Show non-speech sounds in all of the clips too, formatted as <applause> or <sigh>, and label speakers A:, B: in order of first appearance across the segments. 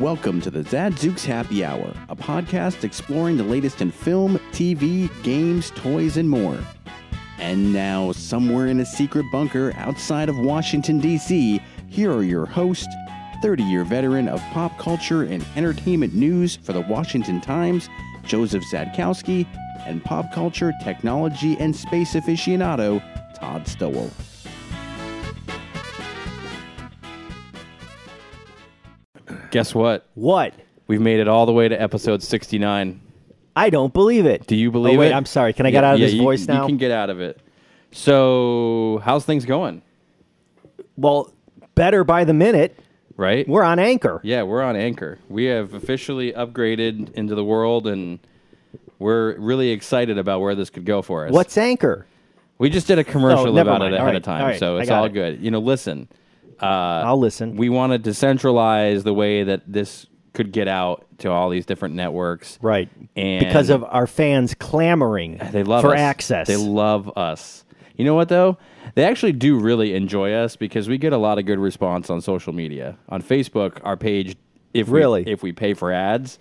A: Welcome to the Zadzooks Happy Hour, a podcast exploring the latest in film, TV, games, toys, and more. And now, somewhere in a secret bunker outside of Washington, D.C., here are your hosts, 30 year veteran of pop culture and entertainment news for the Washington Times, Joseph Zadkowski, and pop culture, technology, and space aficionado, Todd Stowell.
B: Guess what?
C: What?
B: We've made it all the way to episode 69.
C: I don't believe it.
B: Do you believe
C: oh, wait,
B: it?
C: I'm sorry. Can I get out of this
B: you,
C: voice now?
B: You can get out of it. So, how's things going?
C: well, better by the minute.
B: Right?
C: We're on anchor.
B: yeah, we're on Anchor. We have officially upgraded into the world and we're really excited about where this could go for us.
C: What's anchor?
B: We just did a commercial
C: never
B: about
C: mind.
B: it ahead
C: All right,
B: of time,
C: all right.
B: so
C: I
B: it's
C: got
B: all
C: it.
B: good. You know, listen,
C: I'll listen.
B: Uh, we want to decentralize the way that this could get out to all these different networks.
C: right.
B: And Uh,
C: because of our fans clamoring
B: They love
C: for
B: us.
C: access.
B: They love us. You know what though? They actually do really enjoy us because we get a lot of good response on social media. On Facebook, our page, if
C: Really?
B: we, if we pay for ads,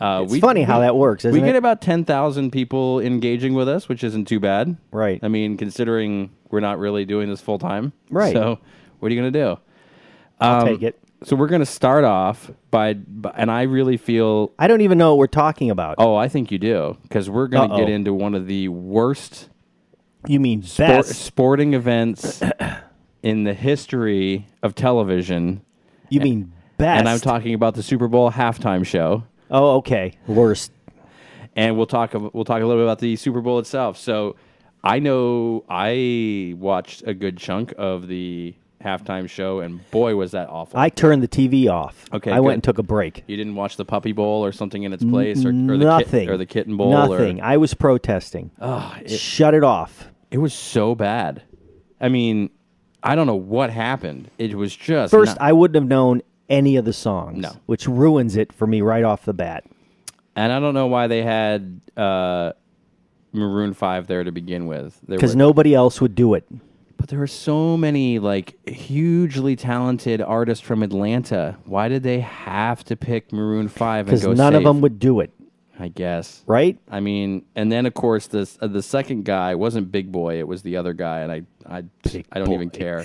B: uh,
C: It's funny how that works,
B: we
C: isn't
B: get
C: it?
B: about ten thousand people engaging with us, which isn't too bad,
C: Right.
B: I mean, considering we're not really doing this full time,
C: Right.
B: So, what are you gonna do?
C: I'll take it.
B: So we're gonna start off by, by and I really feel
C: I don't even know what we're talking about.
B: oh, I think you do because we're gonna
C: Uh-oh.
B: get into one of the worst
C: you mean
B: spor-
C: best?
B: sporting
C: <clears throat>
B: events in the history of television.
C: you mean best?
B: And I'm talking about the Super Bowl halftime show.
C: Oh, okay. Worst.
B: And we'll talk ab- we'll talk a little bit about the Super Bowl itself. So I know I watched a good chunk of the halftime show and boy was that awful.
C: I turned the TV off.
B: Okay,
C: I
B: good.
C: went and took a break.
B: you didn't watch the Puppy Bowl or something in its place or, or the
C: Nothing.
B: Kit, or the Kitten Bowl
C: Nothing.
B: or
C: I was protesting.
B: Ugh, it,
C: Shut it off.
B: it was so bad. I mean, I don't know what happened. It was just
C: First,
B: not-
C: I wouldn't have known any of the songs,
B: No.
C: which ruins it for me right off the bat.
B: And I don't know why they had uh, Maroon Five there to begin with. There
C: because
B: were-
C: nobody else would do it.
B: but there were so many like hugely talented artists from Atlanta. Why did they have to pick Maroon Five and
C: Because
B: go?
C: none of
B: safe?
C: them would do it,
B: I guess.
C: right?
B: I mean, and then of course this uh, the second guy wasn't Big Boy; it was the other guy, and I I I don't
C: <laughs>
B: even care.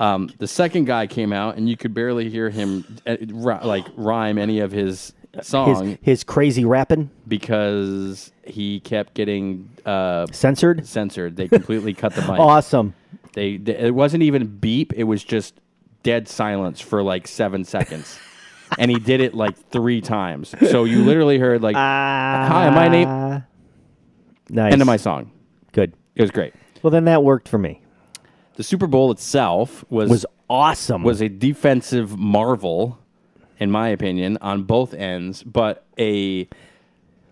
B: um, the second guy came out, and you could barely hear him uh, ri- like rhyme any of his song
C: His his crazy rapping
B: because he kept getting uh,
C: censored.
B: censored. They completely cut the mic.
C: Awesome.
B: They, they it wasn't even beep. It was just dead silence for like seven seconds, and he did it like three times. So you literally heard like "Hi, my name."
C: Nice.
B: End of my song.
C: good.
B: It was great.
C: Well, then that worked for me.
B: The Super Bowl itself was
C: Was awesome.
B: was a defensive marvel, in my opinion, on both ends, but a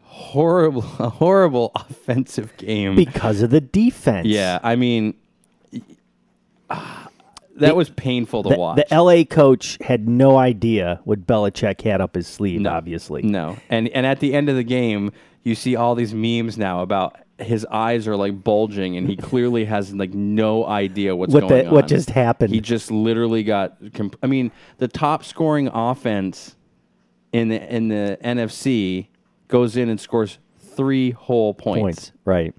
B: horrible, <laughs> a horrible offensive game.
C: because of the defense.
B: Yeah, I mean, <sighs> ah, that was painful to
C: The,
B: watch.
C: the LA coach had no idea what Belichick had up his sleeve. Obviously,
B: no, and and at the end of the game, you see all these memes now about his eyes are like bulging, and he clearly has like no idea what's
C: What
B: going
C: the-
B: on.
C: what just happened.
B: He just literally got. Comp- I mean, the top scoring offense in the in the NFC goes in and scores three whole points.
C: points. Right.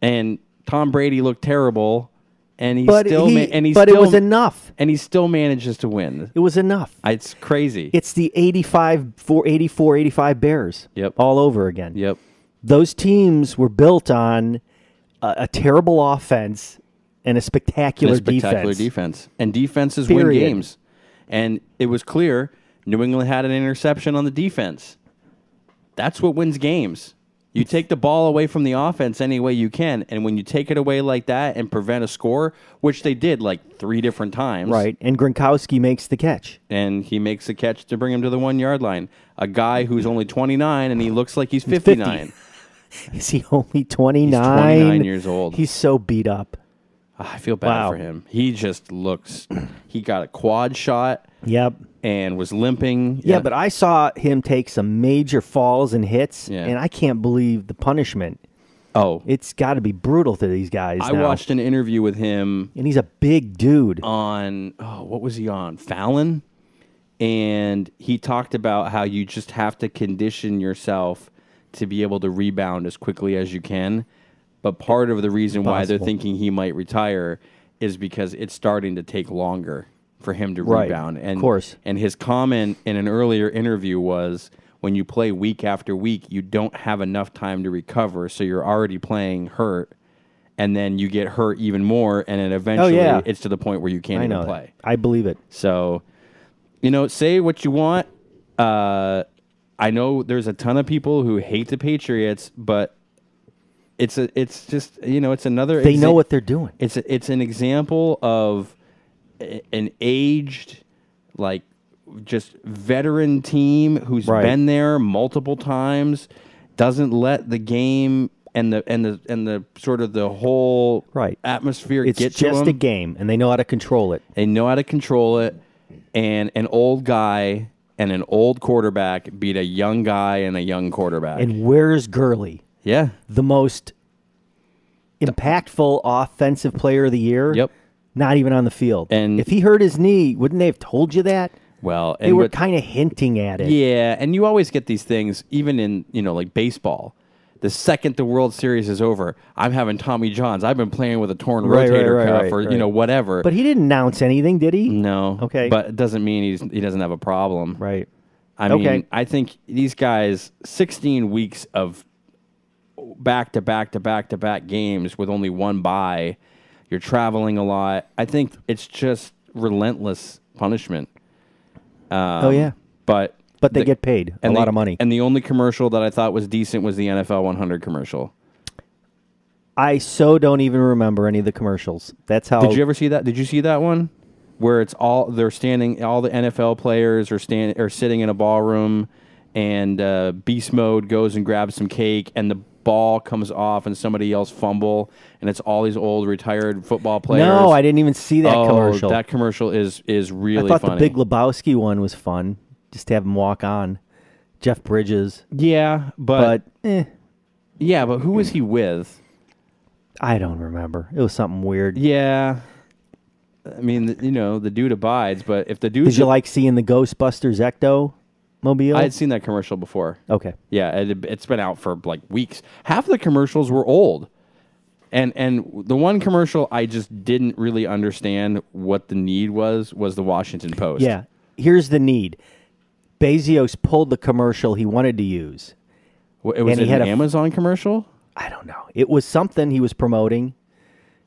B: and Tom Brady looked terrible, and he
C: But
B: still
C: he-
B: ma- and he
C: but it
B: still,
C: was enough.
B: and he still manages to win.
C: It was enough.
B: It's crazy.
C: It's the 85, 4, 84, 85 Bears.
B: Yep.
C: All over again.
B: yep,
C: those teams were built on a, a terrible offense and a spectacular,
B: a spectacular
C: defense.
B: defense. and defenses win
C: Period.
B: games, and it was clear New England had an interception on the defense. That's what wins games. You take the ball away from the offense any way you can, and when you take it away like that and prevent a score, which they did like three different times,
C: Right. And Gronkowski makes the catch. <laughs>
B: and he makes a catch to bring him to the one yard line. A guy who's only 29 and he looks like he's 59.
C: Is he only 29?
B: 29 years old.
C: He's so beat up.
B: Ah, I feel bad
C: Wow.
B: for him. He just looks. He got a quad shot
C: Yep.
B: and was limping.
C: Yeah,
B: And-
C: but I saw him take some major falls and hits,
B: Yeah.
C: and I can't believe the punishment.
B: oh,
C: It's got to be brutal to these guys.
B: I
C: now.
B: watched an interview with him
C: and he's a big dude.
B: on oh, what was he on Fallon, and he talked about how you just have to condition yourself to be able to rebound as quickly as you can. But part of the reason why they're
C: Impossible.
B: thinking he might retire is because it's starting to take longer for him to
C: Right.
B: rebound. And
C: Of course.
B: and his comment in an earlier interview was when you play week after week, you don't have enough time to recover, so you're already playing hurt. And then you get hurt even more, and then eventually
C: Oh, yeah.
B: it's to the point where you can't
C: I
B: even
C: know.
B: play.
C: that. I believe it.
B: So, you know, say what you want. Uh, I know there's a ton of people who hate the Patriots, but it's a, it's just you know, it's another.
C: They
B: exa-
C: know what they're doing.
B: It's a, it's an example of a- an aged, like, just veteran team who's
C: Right.
B: been there multiple times, doesn't let the game. And the and the and the sort of the whole
C: Right.
B: atmosphere
C: It's
B: get to
C: just a
B: them.
C: game, and they know how to control it.
B: They know how to control it. And an old guy and an old quarterback beat a young guy and a young quarterback.
C: And where's Gurley,
B: yeah.
C: the most impactful offensive player of the year?
B: Yep.
C: Not even on the field.
B: And-
C: if he hurt his knee, wouldn't they have told you that?
B: Well,
C: They
B: and
C: were
B: what-
C: kind of hinting at it.
B: yeah, and you always get these things, even in you know like baseball. The second the World Series is over, I'm having Tommy Johns. I've been playing with a torn
C: Right, right,
B: rotator
C: right,
B: cuff,
C: right,
B: or you
C: right.
B: know whatever.
C: But he didn't announce anything, did he?
B: no,
C: Okay.
B: but it doesn't mean he's, he doesn't have a problem,
C: Right.
B: I
C: Okay.
B: mean, I think these guys, 16 weeks of back to back to back to back games with only one bye, you're traveling a lot. I think it's just relentless punishment.
C: oh yeah.
B: But
C: But they
B: um, the-
C: get paid a
B: and
C: lot
B: the-
C: of money.
B: And the only commercial that I thought was decent was the NFL 100 commercial.
C: I so don't even remember any of the commercials. That's how
B: Did you ever see that? Did you see that one? Where it's all they're standing, all the NFL players are standing are sitting in a ballroom, and uh, Beast Mode goes and grabs some cake, and the ball comes off, and somebody else fumble, and it's all these old retired football players.
C: No, I didn't even see that
B: oh,
C: commercial.
B: That commercial is is
C: I
B: really
C: thought
B: funny.
C: the Big Lebowski one was fun. Just to have him walk on. Jeff Bridges.
B: yeah, but,
C: But eh,
B: yeah, but who was he with?
C: I don't remember. It was something weird.
B: Yeah, I mean, th- you know, the dude abides, but if the dude,
C: Did you like seeing the Ghostbusters Ecto mobile?
B: I had seen that commercial before.
C: okay.
B: Yeah, it, it's been out for like weeks. Half the commercials were old, and and the one commercial I just didn't really understand what the need was was the Washington Post.
C: Yeah. Here's the need. Bezos pulled the commercial he wanted to use.
B: W- it was
C: And he had
B: an
C: a f-
B: Amazon commercial.
C: I don't know. It was something he was promoting.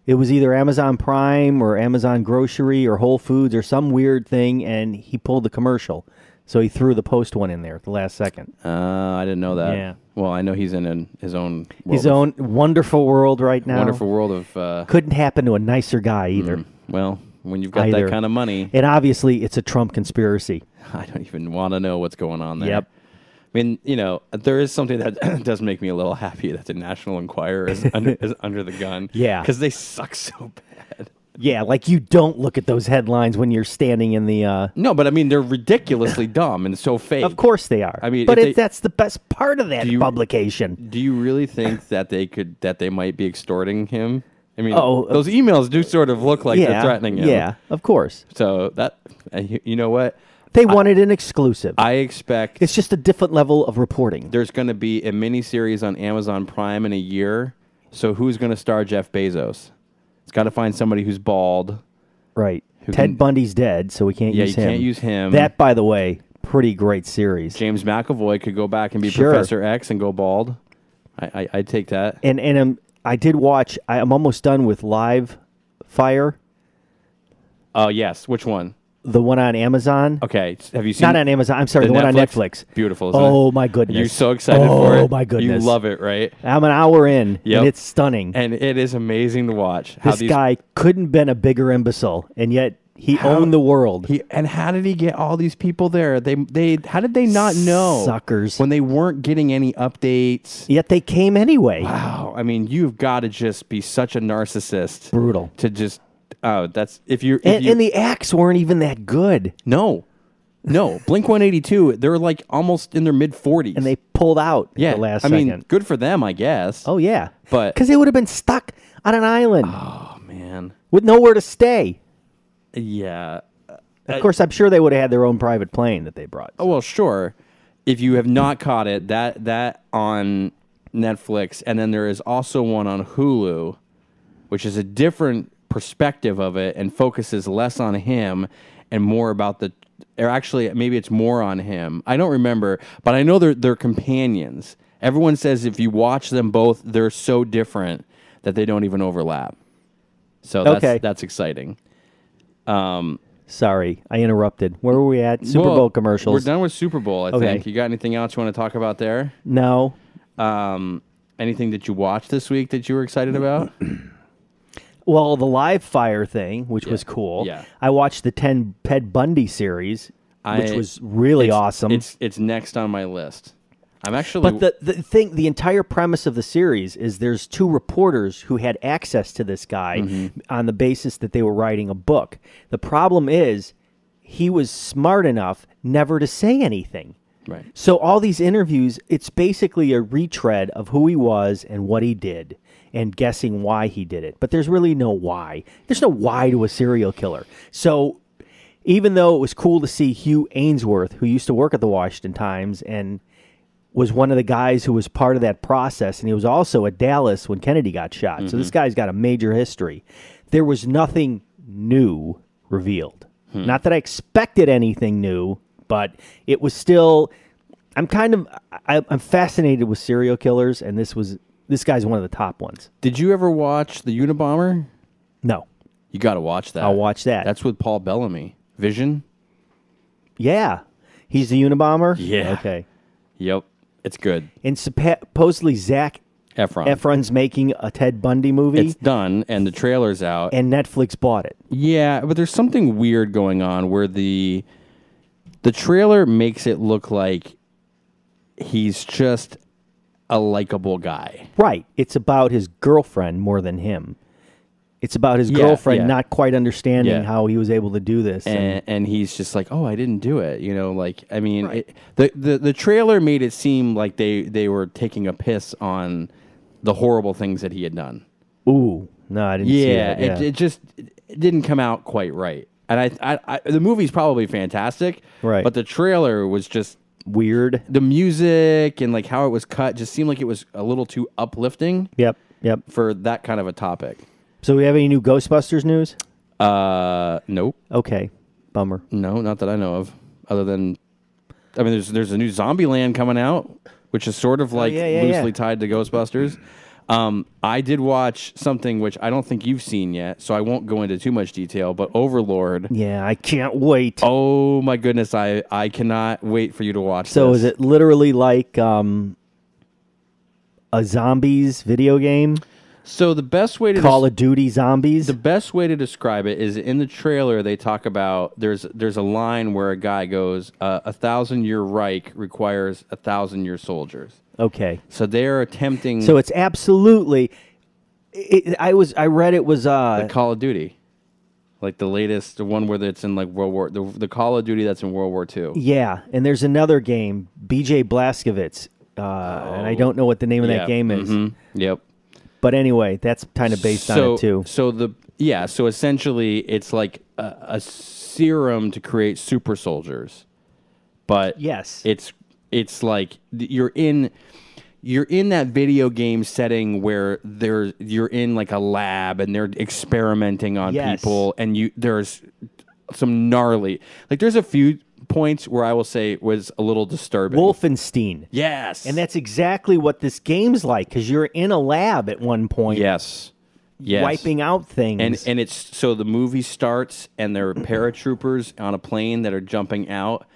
C: It was either Amazon Prime or Amazon Grocery or Whole Foods or some weird thing, and he pulled the commercial. So he threw the post one in there at the last second.
B: Uh, I didn't know that.
C: Yeah.
B: Well, I know he's in an, his own world
C: His
B: of-
C: own wonderful Mm. world right now.
B: wonderful world of uh,
C: Couldn't happen to a nicer guy either.
B: well, when you've got
C: Either.
B: that kind of money,
C: And obviously, it's a Trump conspiracy.
B: <laughs> I don't even want to know what's going on there.
C: Yep.
B: I mean, you know, there is something that <clears throat> does make me a little happy that the National Enquirer is
C: <laughs>
B: under, is under the gun.
C: Yeah.
B: Because they suck so bad.
C: Yeah, like you don't look at those headlines when you're standing in the. Uh,
B: No, but I mean,
C: <laughs>
B: they're ridiculously dumb and so fake.
C: of course they are.
B: I mean,
C: but
B: if
C: it,
B: they-
C: that's the best part of that
B: you-
C: publication.
B: Do you
C: <laughs>
B: really think that they could, that they might be extorting him? I mean,
C: Oh, uh,
B: those emails do sort of look like
C: yeah,
B: they're threatening him.
C: yeah, of course.
B: So that, uh, you you know what?
C: They wanted an exclusive.
B: I expect
C: It's just a different level of reporting.
B: there's going to be a mini series on Amazon Prime in a year. So who's going to star Jeff Bezos? It's got to find somebody who's bald.
C: Right.
B: Who
C: Ted
B: can-
C: Bundy's dead, so we can't
B: Yeah,
C: use
B: you
C: him.
B: can't use him.
C: That, by the way, pretty great series.
B: James McAvoy could go back and be
C: Sure.
B: Professor X and go bald. I, I, I take that.
C: And and um, I did watch. I, I'm almost done with Live Fire,
B: Oh yes, which one?
C: the one on Amazon.
B: Okay, s- have you seen?
C: Not on Amazon. I'm sorry,
B: the
C: the, one on
B: Netflix?
C: Netflix.
B: Beautiful, isn't
C: Oh
B: it?
C: my goodness.
B: You're so excited
C: oh,
B: for it.
C: Oh my goodness.
B: You love it, right?
C: I'm an hour in,
B: Yep.
C: and it's stunning.
B: And it is amazing to watch how
C: this
B: these
C: guy couldn't been a bigger imbecile, and yet he owned the world.
B: He and how did he get all these people there? They they how did they not know
C: Suckers.
B: when they weren't getting any updates?
C: yet they came anyway.
B: Wow, I mean, you've got to just be such a narcissist,
C: Brutal.
B: to just oh, that's if you're if
C: And,
B: you,
C: and the acts weren't even that good,
B: no, no Blink One Eighty Two. They're like almost in their mid forties,
C: and they pulled out at
B: yeah.
C: the last
B: I
C: second.
B: mean, good for them, I guess.
C: Oh yeah,
B: But- Ah.
C: because they would have been stuck on an island
B: Oh, man,
C: with nowhere to stay.
B: yeah.
C: Of course, I'm sure they would have had their own private plane that they brought.
B: Oh well, sure. If you have not caught it, that that on Netflix, and then there is also one on Hulu, which is a different perspective of it and focuses less on him and more about the. Or actually, maybe it's more on him. I don't remember, but I know they're they're companions. Everyone says if you watch them both, they're so different that they don't even overlap. So that's
C: Okay.
B: that's exciting.
C: Sorry, I interrupted. Where were we at? Super
B: Well,
C: Bowl commercials.
B: We're done with Super Bowl. I
C: Okay.
B: think you got anything else you want to talk about there?
C: No,
B: Um, anything that you watched this week that you were excited about?
C: Well, the live fire thing, which was cool.
B: yeah.
C: I watched the ten Ted Bundy series, which
B: I-
C: was really awesome.
B: It's it's next on my list. I'm actually
C: but the, the thing, the entire premise of the series is there's two reporters who had access to this guy
B: Mm-hmm.
C: on the basis that they were writing a book. The problem is he was smart enough never to say anything.
B: right.
C: So all these interviews, it's basically a retread of who he was and what he did and guessing why he did it. But there's really no why. There's no why to a serial killer. So even though it was cool to see Hugh Ainsworth, who used to work at the Washington Times and was one of the guys who was part of that process, and he was also at Dallas when Kennedy got shot. So
B: Mm-hmm.
C: this guy's got a major history. There was nothing new revealed.
B: Hmm.
C: Not that I expected anything new, but it was still. I'm kind of I, I'm fascinated with serial killers, and this was this guy's one of the top ones.
B: Did you ever watch the Unabomber?
C: No,
B: You got to watch that.
C: I'll watch that.
B: Uh, That's with Paul Bellamy. Vision.
C: yeah, he's the Unabomber.
B: Yeah.
C: okay.
B: Yep, it's good.
C: And suppa- supposedly Zach
B: Efron.
C: Efron's making a Ted Bundy movie,
B: It's done, and the trailer's out.
C: and Netflix bought it.
B: Yeah, but there's something weird going on where the the trailer makes it look like he's just a likable guy.
C: Right. It's about his girlfriend more than him. It's about his
B: Yeah,
C: girlfriend
B: yeah.
C: not quite understanding
B: Yeah.
C: how he was able to do this. And,
B: and, and he's just like, "Oh, I didn't do it." You know, like I mean, it, the, the the trailer made it seem like they they were taking a piss on the horrible things that he had done.
C: ooh, no, I didn't see
B: Yeah,
C: that. Yeah.
B: It, it just it didn't come out quite right. And I, I, I the movie's probably fantastic,
C: Right.
B: But the trailer was just
C: Weird.
B: the music and like how it was cut just seemed like it was a little too uplifting
C: Yep. Yep.
B: for that kind of a topic.
C: So we have any new Ghostbusters news?
B: Uh, nope,
C: Okay. Bummer.
B: no, not that I know of. Other than, I mean, there's there's a new Zombieland coming out, which is sort of like
C: Oh, yeah, yeah,
B: loosely
C: yeah.
B: tied to Ghostbusters. Um, I did watch something which I don't think you've seen yet, so I won't go into too much detail. But Overlord,
C: Yeah, I can't wait.
B: oh my goodness, I I cannot wait for you to watch.
C: so
B: this.
C: is it literally like um, a zombies video game?
B: So the best way to
C: Call of Duty zombies?
B: The best way to describe it is in the trailer they talk about there's there's a line where a guy goes uh, a thousand year Reich requires a thousand year soldiers.
C: okay.
B: So they're attempting
C: So it's absolutely. It, I was. I read it was. Uh,
B: Call of Duty, like the latest the one where it's in like World War the, the Call of Duty that's in World War Two.
C: Yeah, and there's another game, BJ Blazkowicz, uh, and I don't know what the name of that game is,
B: Mhm. Yep.
C: but anyway, that's kind of based
B: so,
C: on it too.
B: So the yeah, so essentially it's like a, a serum to create super soldiers, but
C: Yes.
B: it's it's like th- you're in you're in that video game setting where there you're in like a lab and they're experimenting on
C: Yes.
B: people and you there's some gnarly like there's a few points where I will say was a little disturbing.
C: Wolfenstein,
B: yes,
C: and that's exactly what this game's like because you're in a lab at one point,
B: yes, yes,
C: wiping out things.
B: and and it's so the movie starts
C: <clears throat>
B: and there are paratroopers on a plane that are jumping out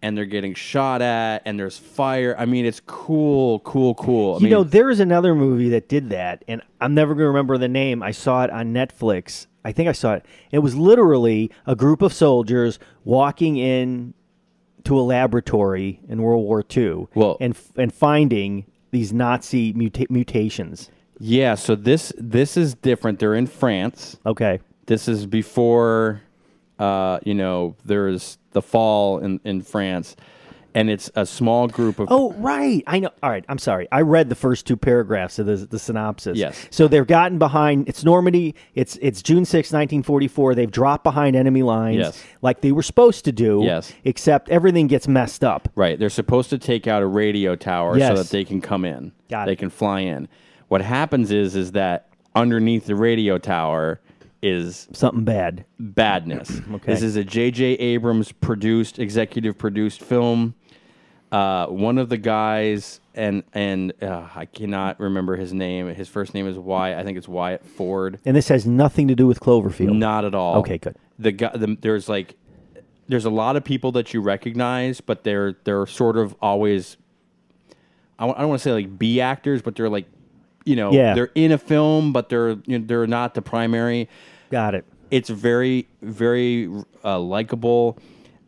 B: and they're getting shot at and there's fire i mean it's cool cool cool I
C: you
B: mean,
C: know, there is another movie that did that, and I'm never going to remember the name. I saw it on Netflix. I think I saw it. It was literally a group of soldiers walking in to a laboratory in World War II
B: Well-
C: and f- and finding these Nazi muta- mutations.
B: yeah so this this is different they're in france
C: Okay.
B: this is before uh you know there's the fall in in france and it's a small group of
C: Oh, right. I know. All right. I'm sorry. I read the first two paragraphs of the, the synopsis.
B: Yes.
C: So they've gotten behind. It's Normandy. It's it's June 6, 1944. They've dropped behind enemy lines
B: Yes.
C: like they were supposed to do.
B: Yes.
C: Except everything gets messed up.
B: Right. They're supposed to take out a radio tower
C: Yes.
B: so that they can come in.
C: Got
B: they
C: it.
B: can fly in. What happens is is that underneath the radio tower is
C: Something bad.
B: badness.
C: <clears throat> Okay.
B: This is a J.J. Abrams produced, executive produced film. Uh, one of the guys, and and uh, I cannot remember his name. His first name is Wyatt. I think it's Wyatt Ford.
C: And this has nothing to do with Cloverfield.
B: Not at all.
C: Okay, good.
B: The guy, the, there's like, there's a lot of people that you recognize, but they're they're sort of always. I w- I don't want to say like B actors, but they're like, you know,
C: Yeah.
B: they're in a film, but they're you know, they're not the primary.
C: Got it.
B: It's very very uh, likable.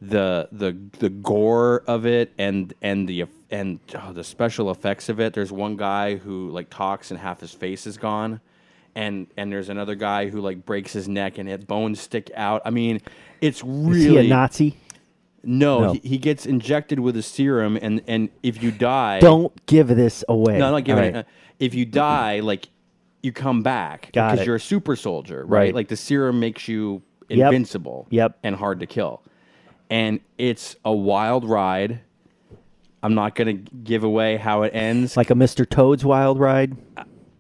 B: The the the gore of it and and the and oh, the special effects of it. There's one guy who like talks and half his face is gone. And, and there's another guy who like breaks his neck and his bones stick out. I mean, it's really
C: Is he a Nazi?
B: no.
C: No.
B: He, he gets injected with a serum, and and if you die,
C: Don't give this away.
B: no, I'm not giving
C: All right.
B: it. uh, If you die, like you come back
C: Got
B: because
C: it.
B: you're a super soldier, right?
C: Right.
B: Like the serum makes you
C: Yep.
B: invincible,
C: Yep.
B: and hard to kill. And it's a wild ride. I'm not gonna give away how it ends.
C: Like a Mr. Toad's Wild Ride.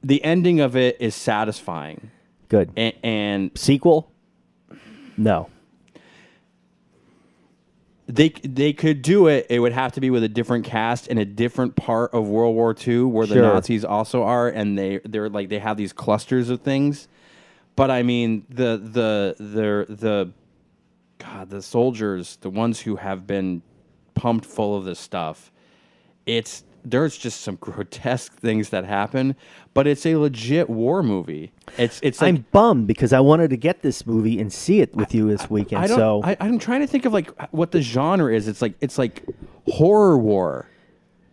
B: the ending of it is satisfying,
C: Good.
B: and, and
C: Sequel? No.
B: they they could do it. It would have to be with a different cast in a different part of World War II where the
C: Sure.
B: Nazis also are, and they they're like they have these clusters of things. But I mean the the the the God the soldiers, the ones who have been pumped full of this stuff. It's there's just some <laughs> grotesque things that happen, but it's a legit war movie. It's it's like
C: I'm bummed because I wanted to get this movie and see it with you this weekend.
B: I don't.
C: so
B: I, I'm trying to think of like what the genre is. It's like it's like horror war.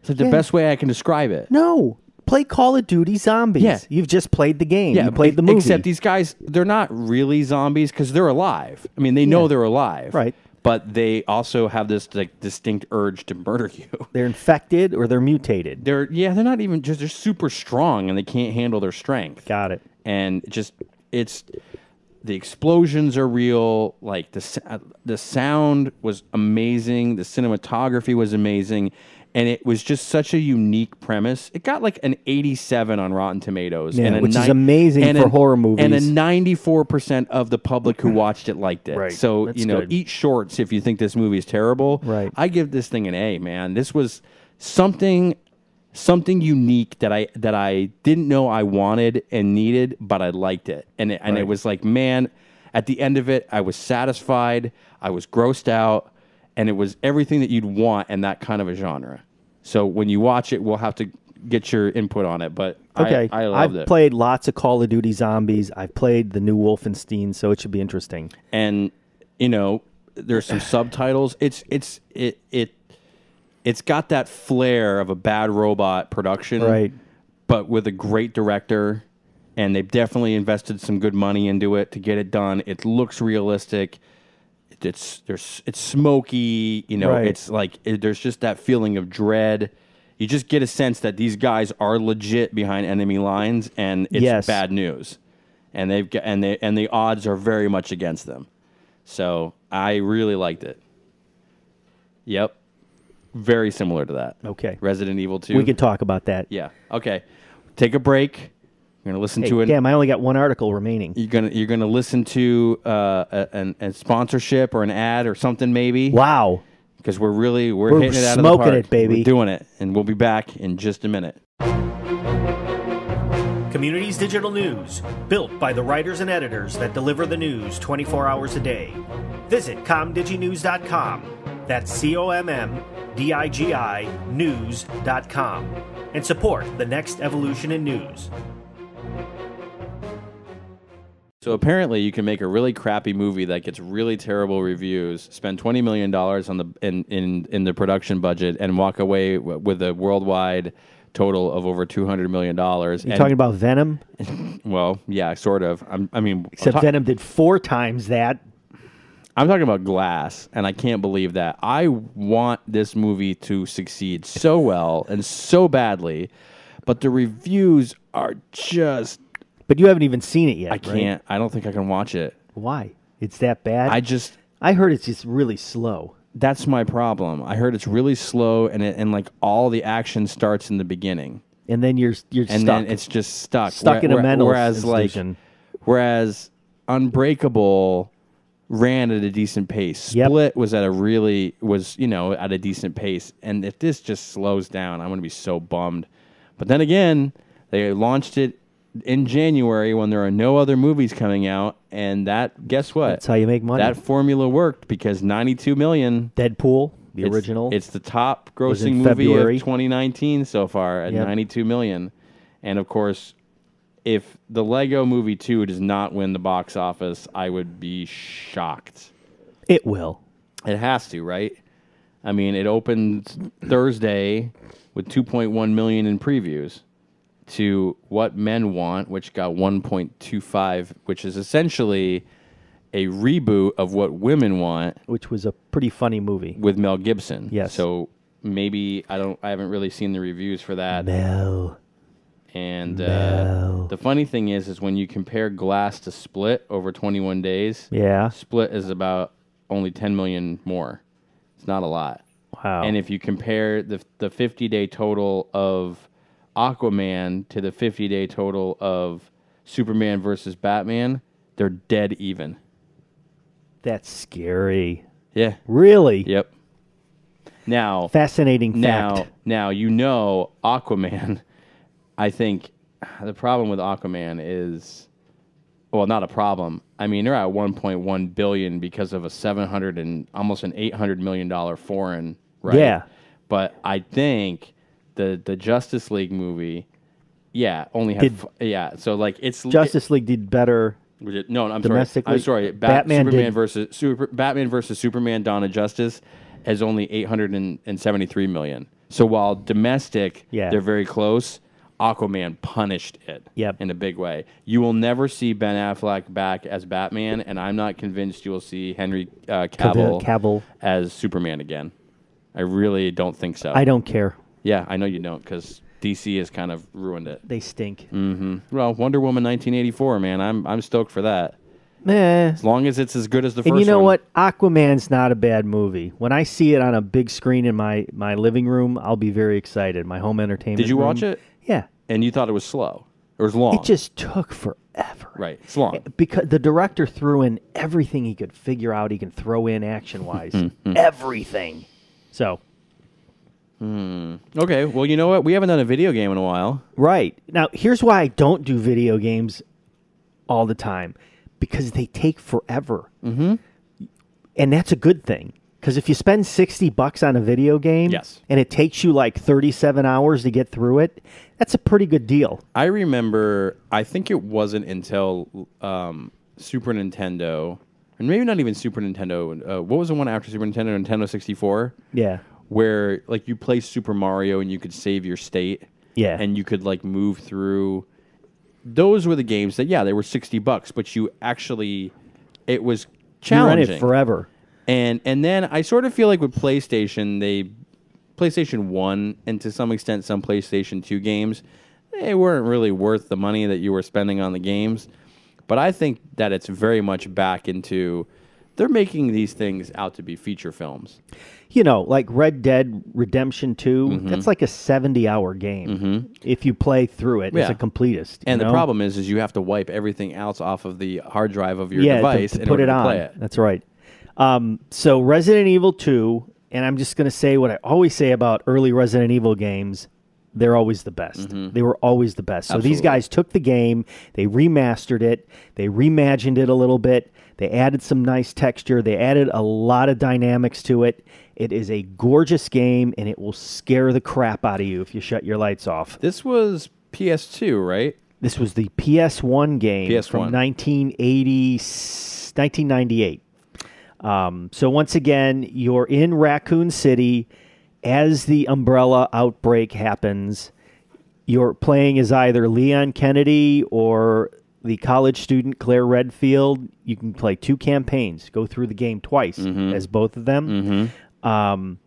B: It's like the best way I can describe it.
C: No, play Call of Duty Zombies.
B: Yeah.
C: You've just played the game. you
B: e-
C: played the movie.
B: Except these guys, they're not really zombies because they're alive. I mean, they know
C: Yeah.
B: they're alive,
C: Right.
B: But they also have this like distinct urge to murder you. <laughs>
C: they're infected or they're mutated.
B: They're yeah, they're not even just. They're super strong and they can't handle their strength.
C: Got it.
B: and just it's the explosions are real like the sa- the sound was amazing the cinematography was amazing and it was just such a unique premise it got like an 87 on rotten tomatoes
C: Yeah,
B: and a
C: which is
B: ni-
C: amazing
B: and
C: for
B: a-
C: horror
B: and a
C: movies.
B: 94% of the public who
C: <clears throat>
B: watched it liked it
C: Right.
B: so
C: That's
B: you know
C: good.
B: eat shorts if you think this movie is terrible
C: Right.
B: i give this thing an a man this was something something unique that I that I didn't know I wanted and needed, but I liked it. And it, and it
C: Right.
B: was like, man, at the end of it, I was satisfied. I was grossed out, and it was everything that you'd want in that kind of a genre. So when you watch it, we'll have to get your input on it. But I-
C: Okay.
B: I, loved
C: have
B: it.
C: played lots of Call of Duty Zombies. I've played the new Wolfenstein, so it should be interesting.
B: and you know there's some subtitles it's it's it it it's got that flair of a bad robot production
C: Right.
B: but with a great director and they've definitely invested some good money into it to get it done it looks realistic it's there's it's smoky you know
C: Right.
B: it's like it, there's just that feeling of dread you just get a sense that these guys are legit behind enemy lines and it's
C: Yes.
B: bad news and they've got, and they and the odds are very much against them so i really liked it yep very similar to that
C: Okay.
B: resident evil 2
C: We can talk about that.
B: yeah okay take a break you're gonna listen
C: Hey,
B: to it
C: damn, I only got one article remaining.
B: you're gonna you're gonna listen to uh, a, an, a sponsorship or an ad or something maybe
C: Wow.
B: because we're really we're,
C: We're
B: hitting it out of the
C: smoking
B: park.
C: it, baby.
B: We're doing it, and we'll be back in just a minute.
D: Communities Digital News, built by the writers and editors that deliver the news 24 hours a day. Visit comdiginews.com. That's C O M M D I G I news.com and support the next evolution in news.
B: So apparently, you can make a really crappy movie that gets really terrible reviews, spend twenty million dollars on the in, in in the production budget, and walk away w- with a worldwide total of over two hundred million dollars.
C: You're talking about Venom?
B: well, yeah, sort of. I'm, I mean, I'm
C: Except
B: ta-
C: Venom did four times that.
B: I'm talking about Glass, and I can't believe that. I want this movie to succeed so well and so badly, but the reviews are just.
C: But you haven't even seen it yet.
B: I can't. I don't think I can watch it.
C: Why? It's that bad.
B: I just.
C: I heard it's just really slow.
B: That's my problem. I heard it's really slow, and it, and like all the action starts in the beginning,
C: And then you're you're
B: and
C: stuck.
B: then it's just stuck.
C: Stuck
B: Where-
C: in a
B: where-
C: mental
B: Whereas
C: institution.
B: like, whereas Unbreakable ran at a decent pace.
C: Yep.
B: Split was at a really was you know at a decent pace, and if this just slows down, I'm gonna be so bummed. But then again, they launched it in January when there are no other movies coming out, and that guess what?
C: That's how you make money.
B: That formula worked because 92 million
C: Deadpool, the
B: it's-
C: original.
B: It's the top
C: Was in
B: grossing movie
C: February.
B: of 2019 so far at
C: Yep.
B: 92 million. And of course, if the Lego Movie 2 does not win the box office, I would be shocked.
C: it will.
B: It has to, right? I mean, it opened Thursday with 2.1 million in previews to What Men Want, which got 1.25, which is essentially a reboot of What Women Want
C: Which was a pretty funny movie.
B: with Mel Gibson.
C: Yes.
B: So maybe I don't. I haven't really seen the reviews for that.
C: Mel.
B: And
C: Mel.
B: uh, the funny thing is, is when you compare Glass to Split over 21 days,
C: Yeah.
B: Split is about only 10 million more. It's not a lot.
C: Wow.
B: And if you compare the the 50 day total of Aquaman to the 50 day total of Superman versus Batman, they're dead even.
C: That's scary.
B: Yeah.
C: Really
B: Yep. Now
C: fascinating
B: Now,
C: fact.
B: now you know Aquaman. I think <sighs> the problem with Aquaman is, well, not a problem. I mean, they're at 1.1 billion because of a 700 and almost an 800 million dollar foreign, right?
C: Yeah.
B: But I think the the Justice League movie, yeah, only had
C: Did-
B: f- yeah. So like it's
C: Justice League did better.
B: we did- No, I'm sorry.
C: Domestically,
B: I'm sorry. Bat-
C: Batman
B: Superman
C: did-
B: versus Super Batman versus Superman: Dawn of Justice has only 873 million. So while domestic,
C: Yeah.
B: they're very close. Aquaman punished it
C: Yep.
B: in a big way. You will never see Ben Affleck back as Batman, and I'm not convinced you will see Henry uh, Cavill,
C: Cavill.
B: as Superman again. I really don't think so.
C: I don't care.
B: yeah, I know you don't because DC has kind of ruined it.
C: They stink.
B: Mm. Well, Wonder Woman 1984, man, I'm I'm stoked for that.
C: Meh.
B: As long as it's as good as the first
C: And you know
B: one.
C: what? Aquaman's not a bad movie. When I see it on a big screen in my, my living room, I'll be very excited. My home entertainment.
B: Did you
C: room.
B: watch it?
C: Yeah.
B: And you thought it was slow. It was long.
C: Mm-hmm. It just took forever. Eh,
B: right. It's long.
C: Because the director threw in everything he could figure out, he can throw in action
B: <laughs>
C: wise.
B: Hmm,
C: everything. So,
B: Okay. Well, you know what? We haven't done a video game in a while.
C: right. Now, here's why I don't do video games all the time because they take forever. Mm-hmm. And that's a good thing. Because if you spend 60 bucks on a video game
B: Yes.
C: and it takes you like 37 hours to get through it, that's a pretty good deal.
B: I remember. I think it wasn't until um, Super Nintendo, and maybe not even Super Nintendo. Uh, what was the one after Super Nintendo? Nintendo sixty four.
C: Yeah.
B: Where like you play Super Mario and you could save your state.
C: Yeah.
B: And you could like move through. Those were the games that yeah they were sixty bucks, but you actually it was
C: You run
B: challenging
C: it forever.
B: And and then I sort of feel like with PlayStation, they PlayStation One and to some extent some PlayStation Two games, they weren't really worth the money that you were spending on the games. But I think that it's very much back into they're making these things out to be feature films.
C: you know, like Red Dead Redemption 2,
B: Mm-hmm.
C: that's like a 70 hour game if you play through it as
B: Yeah.
C: a completist. you
B: And the
C: know?
B: problem is is you have to wipe everything else off of the hard drive of your
C: yeah, to-
B: device
C: to,
B: in
C: put
B: order
C: it
B: to
C: on.
B: play it.
C: That's right. Um, so, Resident Evil 2, and I'm just going to say what I always say about early Resident Evil games they're always the best. They were always the best. So, these
B: Mm-hmm. Absolutely.
C: guys took the game, they remastered it, they reimagined it a little bit, they added some nice texture, they added a lot of dynamics to it. It is a gorgeous game, and it will scare the crap out of you if you shut your lights off.
B: This was PS2, right?
C: This was the PS1 game
B: PS1.
C: from 1980, 1998. Um, so once again, you're in Raccoon City as the umbrella outbreak happens. You're playing as either Leon Kennedy or the college student Claire Redfield. You can play two campaigns, go through the game twice as both of them. Um,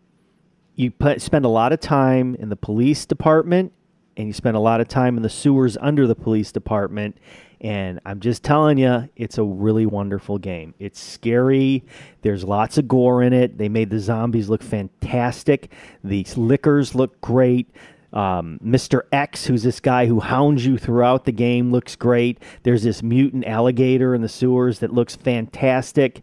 C: you put, spend a lot of time in the police department, and you spend a lot of time in the sewers under the police department. And I'm just telling you, it's a really wonderful game. It's scary. There's lots of gore in it. They made the zombies look fantastic. The liquors look great. Um, Mr. X, who's this guy who hounds you throughout the game, looks great. There's this mutant alligator in the sewers that looks fantastic.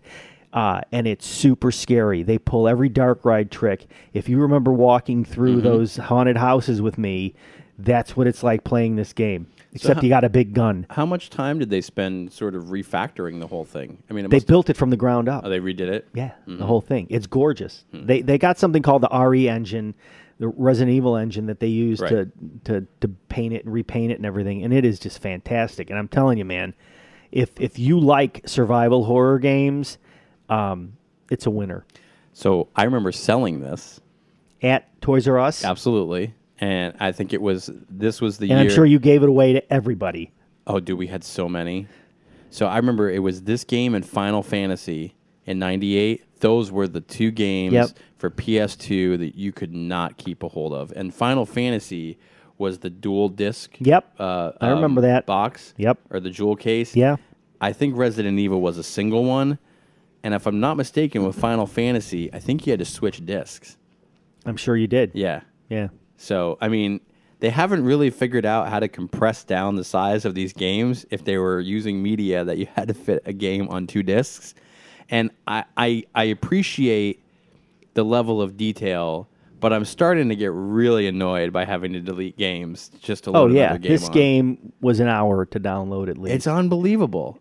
C: Uh, and it's super scary. They pull every dark ride trick. If you remember walking through
B: Mm-hmm.
C: those haunted houses with me, that's what it's like playing this game. Except you got a big gun.
B: How much time did they spend sort of refactoring the whole thing? I mean, it
C: They
B: must
C: built it from the ground up.
B: oh, they Mm-hmm. redid it.
C: Yeah, the whole thing. It's gorgeous. They they got something called the RE engine, the Resident Evil engine that they use
B: Right.
C: to to to paint it and repaint it and everything, and it is just fantastic. And I'm telling you, man, if if you like survival horror games, um, it's a winner.
B: So I remember selling this
C: At Toys R Us,
B: absolutely, and I think it was this was the
C: and
B: year.
C: I'm sure you gave it away to everybody.
B: Oh, dude, we had so many. So I remember it was this game and Final Fantasy in '98. Those were the two games
C: Yep.
B: for PS2 that you could not keep a hold of. And Final Fantasy was the dual disc.
C: Yep.
B: uh,
C: I remember
B: um,
C: that.
B: box.
C: Yep.
B: or the jewel case.
C: Yeah.
B: I think Resident Evil was a single one, and if I'm not mistaken, with Final Fantasy, I think you had to switch discs.
C: I'm sure you did.
B: Yeah.
C: yeah.
B: So, I mean, they haven't really figured out how to compress down the size of these games if they were using media that you <laughs> had to fit a game on two discs. And I, I, I appreciate the level of detail, but I'm starting to get really annoyed by having to delete games just to
C: Oh
B: load
C: yeah,
B: another game.
C: this
B: on.
C: game was an hour to download at least.
B: It's unbelievable.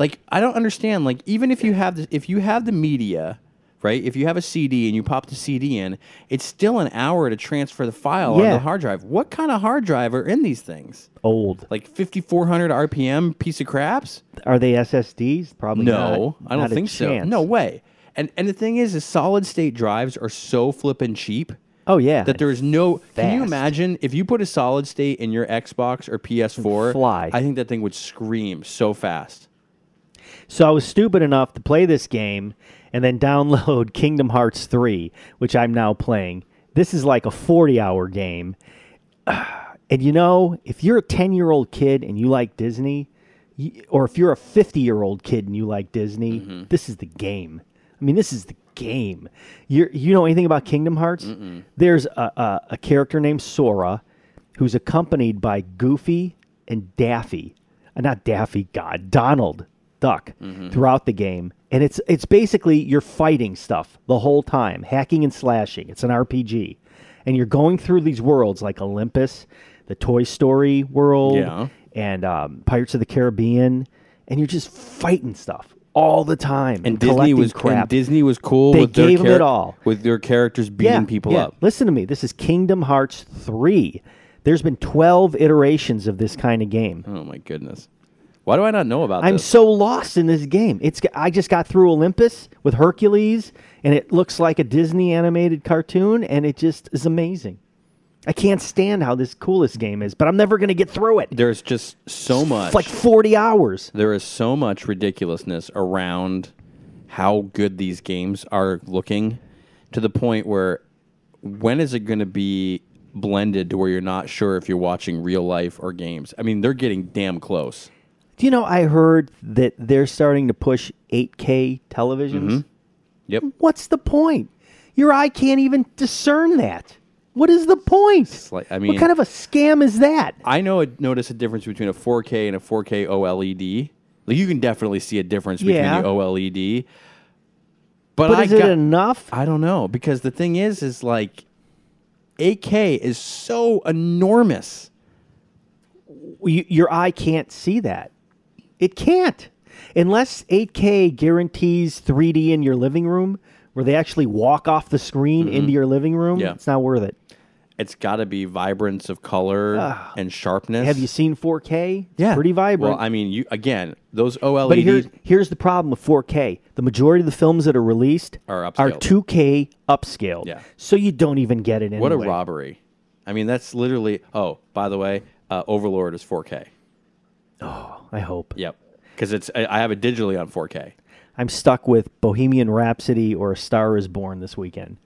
B: Like I don't understand. Like even if you have the, if you have the media, right? If you have a CD and you pop the CD in, it's still an hour to transfer the file on
C: Yeah.
B: the hard drive. What kind of hard drive are in these things?
C: old.
B: Like 5400 RPM piece of craps?
C: Are they SSDs? Probably
B: No,
C: not.
B: I don't
C: Not a
B: think so.
C: chance.
B: No way. And and the thing is, is solid state drives are so flippin' cheap.
C: Oh yeah.
B: That there is no. Can you
C: fast.
B: imagine if you put a solid state in your Xbox or PS4?
C: Fly.
B: I think that thing would scream so fast.
C: So I was stupid enough to play this game and then <laughs> download Kingdom Hearts 3, which I'm now playing. This is like a 40 hour game. And you know, if you're a 10 year old kid and you like Disney, you, or if you're a 50 year old kid and you like Disney, this is the game. I mean, this is the game. You you know anything about Kingdom Hearts? There's a, a, a character named Sora who's accompanied by Goofy and Daffy. Uh, Not Daffy, God, Donald Duck throughout the game. And it's it's basically you're fighting stuff the whole time, hacking and slashing. It's an RPG and you're going through these worlds like Olympus, the Toy Story world,
B: Yeah.
C: and um, Pirates of the Caribbean, and you're just fighting stuff all the time. And,
B: and Disney
C: collecting
B: was
C: crap.
B: and Disney was cool.
C: They
B: with
C: gave
B: their
C: 'em it all.
B: with their characters beating people up.
C: Listen to me. This is Kingdom Hearts three. There's been twelve iterations of this kind of game.
B: Oh my goodness! Why do I not know about
C: I'm
B: this?
C: so lost in this game. It's I just got through Olympus with Hercules, and it looks like a Disney animated cartoon, and it just is amazing. I can't stand how this coolest game is, but I'm never going to get through it.
B: There's just so much.
C: It's like 40 hours.
B: there is so much ridiculousness around how good these games are looking, to the point where when is it going to be blended to where you're not sure if you're watching real life or games? I mean, they're getting damn close.
C: Do you know I heard that they're starting to push 8K televisions?
B: Mm-hmm. Yep.
C: What's the point? Your eye can't even discern that. What is the point?
B: like- I
C: what
B: mean-
C: kind of a scam is that?
B: I know a, notice a difference between a 4K and a 4K OLED. E Like you can definitely see a difference between
C: Yeah.
B: the OLED. But,
C: But
B: I
C: is it
B: got,
C: enough?
B: I don't know because the thing is is like 8K is so enormous.
C: you, your eye can't see that. It can't. Unless 8K guarantees 3D in your living room, where they actually walk off the screen into your living room,
B: Mm-hmm. Yeah.
C: it's not worth it.
B: It's got to be vibrance of color and sharpness.
C: Have you seen 4K? It's
B: yeah.
C: pretty vibrant.
B: Well, I mean, you again, those E OLEDs
C: But here's here's the problem with 4K. The majority of the films that are released
B: Are upscaled.
C: 2K upscaled.
B: Yeah.
C: So you don't even get it anyway.
B: what a robbery. I mean, that's literally Oh, by the way, uh, Overlord is 4K.
C: I hope.
B: Yep. Because it's I I have it digitally on 4K.
C: I'm stuck with Bohemian Rhapsody or A Star Is Born this weekend.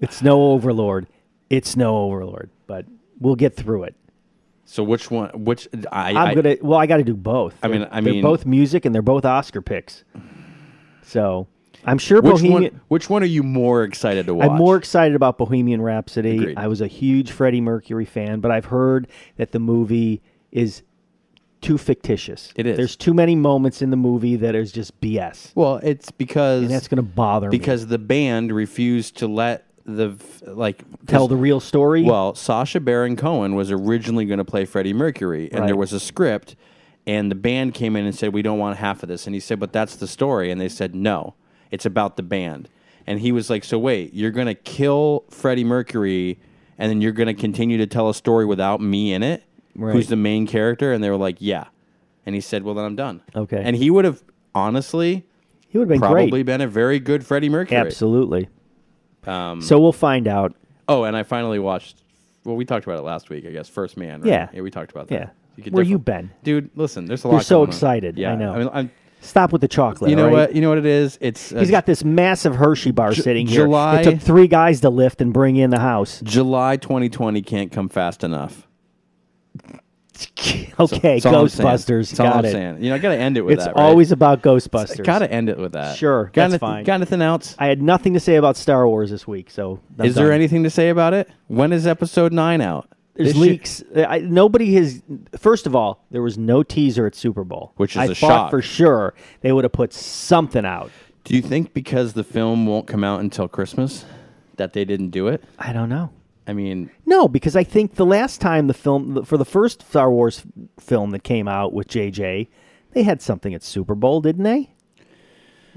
C: It's no Overlord. It's no Overlord, but we'll get through it.
B: So which one? Which I
C: I'm
B: I-
C: gonna. Well, I got to do both.
B: I mean-
C: They're-
B: I
C: they're
B: mean-
C: both music and they're both Oscar picks. So I'm sure
B: which
C: Bohemian.
B: one? Which one are you more excited to watch?
C: I'm more excited about Bohemian Rhapsody.
B: Agreed.
C: I was a huge Freddie Mercury fan, but I've heard that the movie is too fictitious.
B: It is.
C: There's too many moments in the movie that is just BS,
B: Well, it's because
C: and that's going to bother me.
B: because the band refused to let the f- like
C: tell the real story.
B: Well, Sasha Baron Cohen was originally going to play Freddie Mercury, and
C: Right.
B: there was a script, and the band came in and said, "We don't want half of this." And he said, "But that's the story," and they said, "No, it's about the band." And he was like, "So wait, you're going to kill Freddie Mercury, and then you're going to continue to tell a story without me in it,
C: Right.
B: who's the main character?" And they were like, "Yeah," and he said, "Well, then I'm done."
C: Okay.
B: and he would have honestly
C: he would have been
B: probably
C: great.
B: been a very good Freddie Mercury.
C: Absolutely.
B: Um,
C: so we'll find out.
B: Oh, and I finally watched. Well, we talked about it last week, I guess. First Man. Right?
C: Yeah.
B: yeah, we talked about that.
C: Yeah.
B: You could
C: Where
B: differ-
C: you been?
B: dude? Listen, there's a lot.
C: You're so
B: going on.
C: excited.
B: Yeah,
C: I know.
B: I mean, I'm,
C: Stop with the chocolate.
B: you know
C: all right?
B: what? You know what it is? It's uh,
C: He's got this massive Hershey bar sitting here.
B: July-
C: It took three guys to lift and bring in the
B: <laughs>
C: house.
B: July 2020 can't come fast enough.
C: okay,
B: That's all I'm saying.
C: Ghostbusters.
B: That's all
C: Got
B: I'm
C: it.
B: saying. You know, I gotta end it with
C: It's
B: that. right?
C: always about Ghostbusters.
B: Gotta end it with that.
C: Sure,
B: Got
C: that's
B: nothing-
C: fine.
B: Got nothing else?
C: I had nothing to say about Star Wars this week, so I'm
B: is there
C: done.
B: anything to say about it? When is episode nine out?
C: There's
B: This year-
C: leaks? I, nobody has. First of all, there was no teaser at Super Bowl,
B: Which is
C: I
B: a
C: thought
B: shock.
C: for sure they would have put something out.
B: Do you think because the film won't come out until Christmas that they didn't do it?
C: I don't know.
B: I mean,
C: No, because I think the last time the film for the first Star Wars film that came out with JJ, they had something at Super Bowl, didn't they?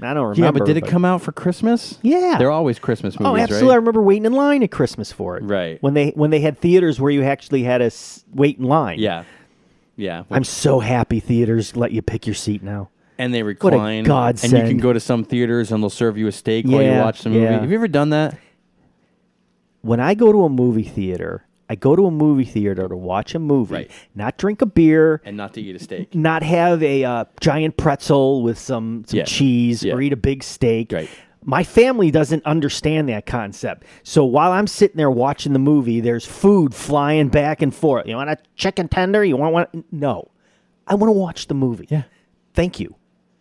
C: I don't remember.
B: yeah, but did it come out for Christmas?
C: Yeah.
B: they're always Christmas movies,
C: Oh, absolutely!
B: right?
C: I remember waiting in line at Christmas for it.
B: Right.
C: when they when they had theaters where you actually had to s- wait in line.
B: Yeah. Yeah.
C: I'm so happy theaters let you pick your seat now.
B: and they recline.
C: godsend.
B: And you can go to some theaters and they'll serve you a steak while you
C: Yeah,
B: watch the movie.
C: yeah.
B: Have you ever done that?
C: When I go to a movie theater, I go to a movie theater to watch a movie,
B: Right.
C: not drink a beer,
B: And not to eat a steak.
C: not have a uh, giant pretzel with some, some
B: Yeah.
C: cheese or
B: Yeah.
C: eat a big steak.
B: Right.
C: My family doesn't understand that concept. So while I'm sitting there watching the movie, there's food
B: Mm-hmm.
C: flying back and forth. You want a chicken tender? You want one? No. I want to watch the movie.
B: Yeah.
C: Thank you.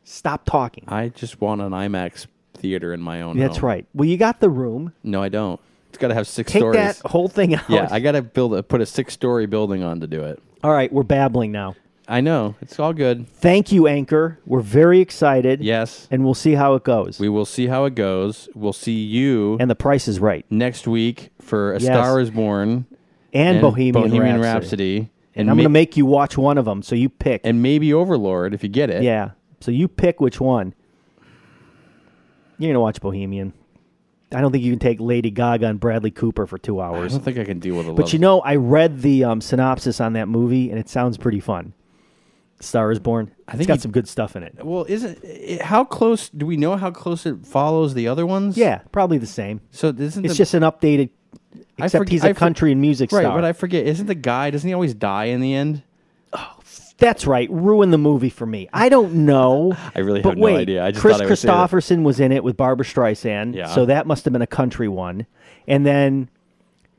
C: Stop talking.
B: <laughs> I just want an IMAX theater in my own
C: That's
B: home.
C: right. Well, you got the room.
B: No, I don't. It's got to have six
C: Take
B: stories.
C: that whole thing out.
B: yeah, I got to build a, put a six story building on to do it.
C: All right, we're babbling now.
B: I know. It's all good.
C: Thank you, Anchor. We're very excited.
B: Yes.
C: And we'll see how it goes.
B: We will see how it goes. We'll see you
C: and the price is right.
B: next week for A
C: Yes.
B: Star is Born
C: And, Bohemian,
B: Bohemian
C: Rhapsody.
B: Rhapsody.
C: And I'm
B: ma-
C: going to make you watch one of them. So you pick.
B: and maybe Overlord if you get it.
C: yeah. So you pick which one. You're going to watch Bohemian. I don't think you can take Lady Gaga and Bradley Cooper for two
B: I
C: hours.
B: don't think I can deal with a
C: But you know, I read the um, synopsis on that movie, and it sounds pretty fun. Star is Born. I
B: think
C: it's got
B: he-
C: some good stuff in it.
B: Well, isn't it, how close? Do we know how close it follows the other ones?
C: Yeah, probably the same.
B: So isn't
C: It's
B: the,
C: just an updated.
B: I
C: Except
B: forg-
C: he's
B: I
C: a
B: for-
C: country and music
B: right?
C: star.
B: But I forget. Isn't the guy? Doesn't he always die in the end?
C: That's right. Ruin the movie for me. I don't know.
B: I really
C: but
B: have no
C: wait,
B: idea. I just
C: Chris
B: thought I would say that.
C: Christopherson was in it with Barbara Streisand.
B: Yeah.
C: So that must have been a country one. And then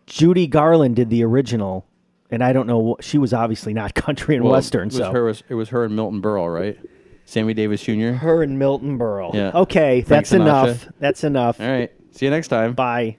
C: Judy Garland did the original. And I don't know. wh- She was obviously not <laughs> country and
B: Well,
C: western.
B: It was
C: so
B: her. It was her and Milton Berle, right? Sammy Davis Jr.
C: Her and Milton Berle.
B: Yeah.
C: Okay,
B: Frank
C: that's
B: Sinatra.
C: enough. That's enough.
B: All right. See you next time.
C: Bye.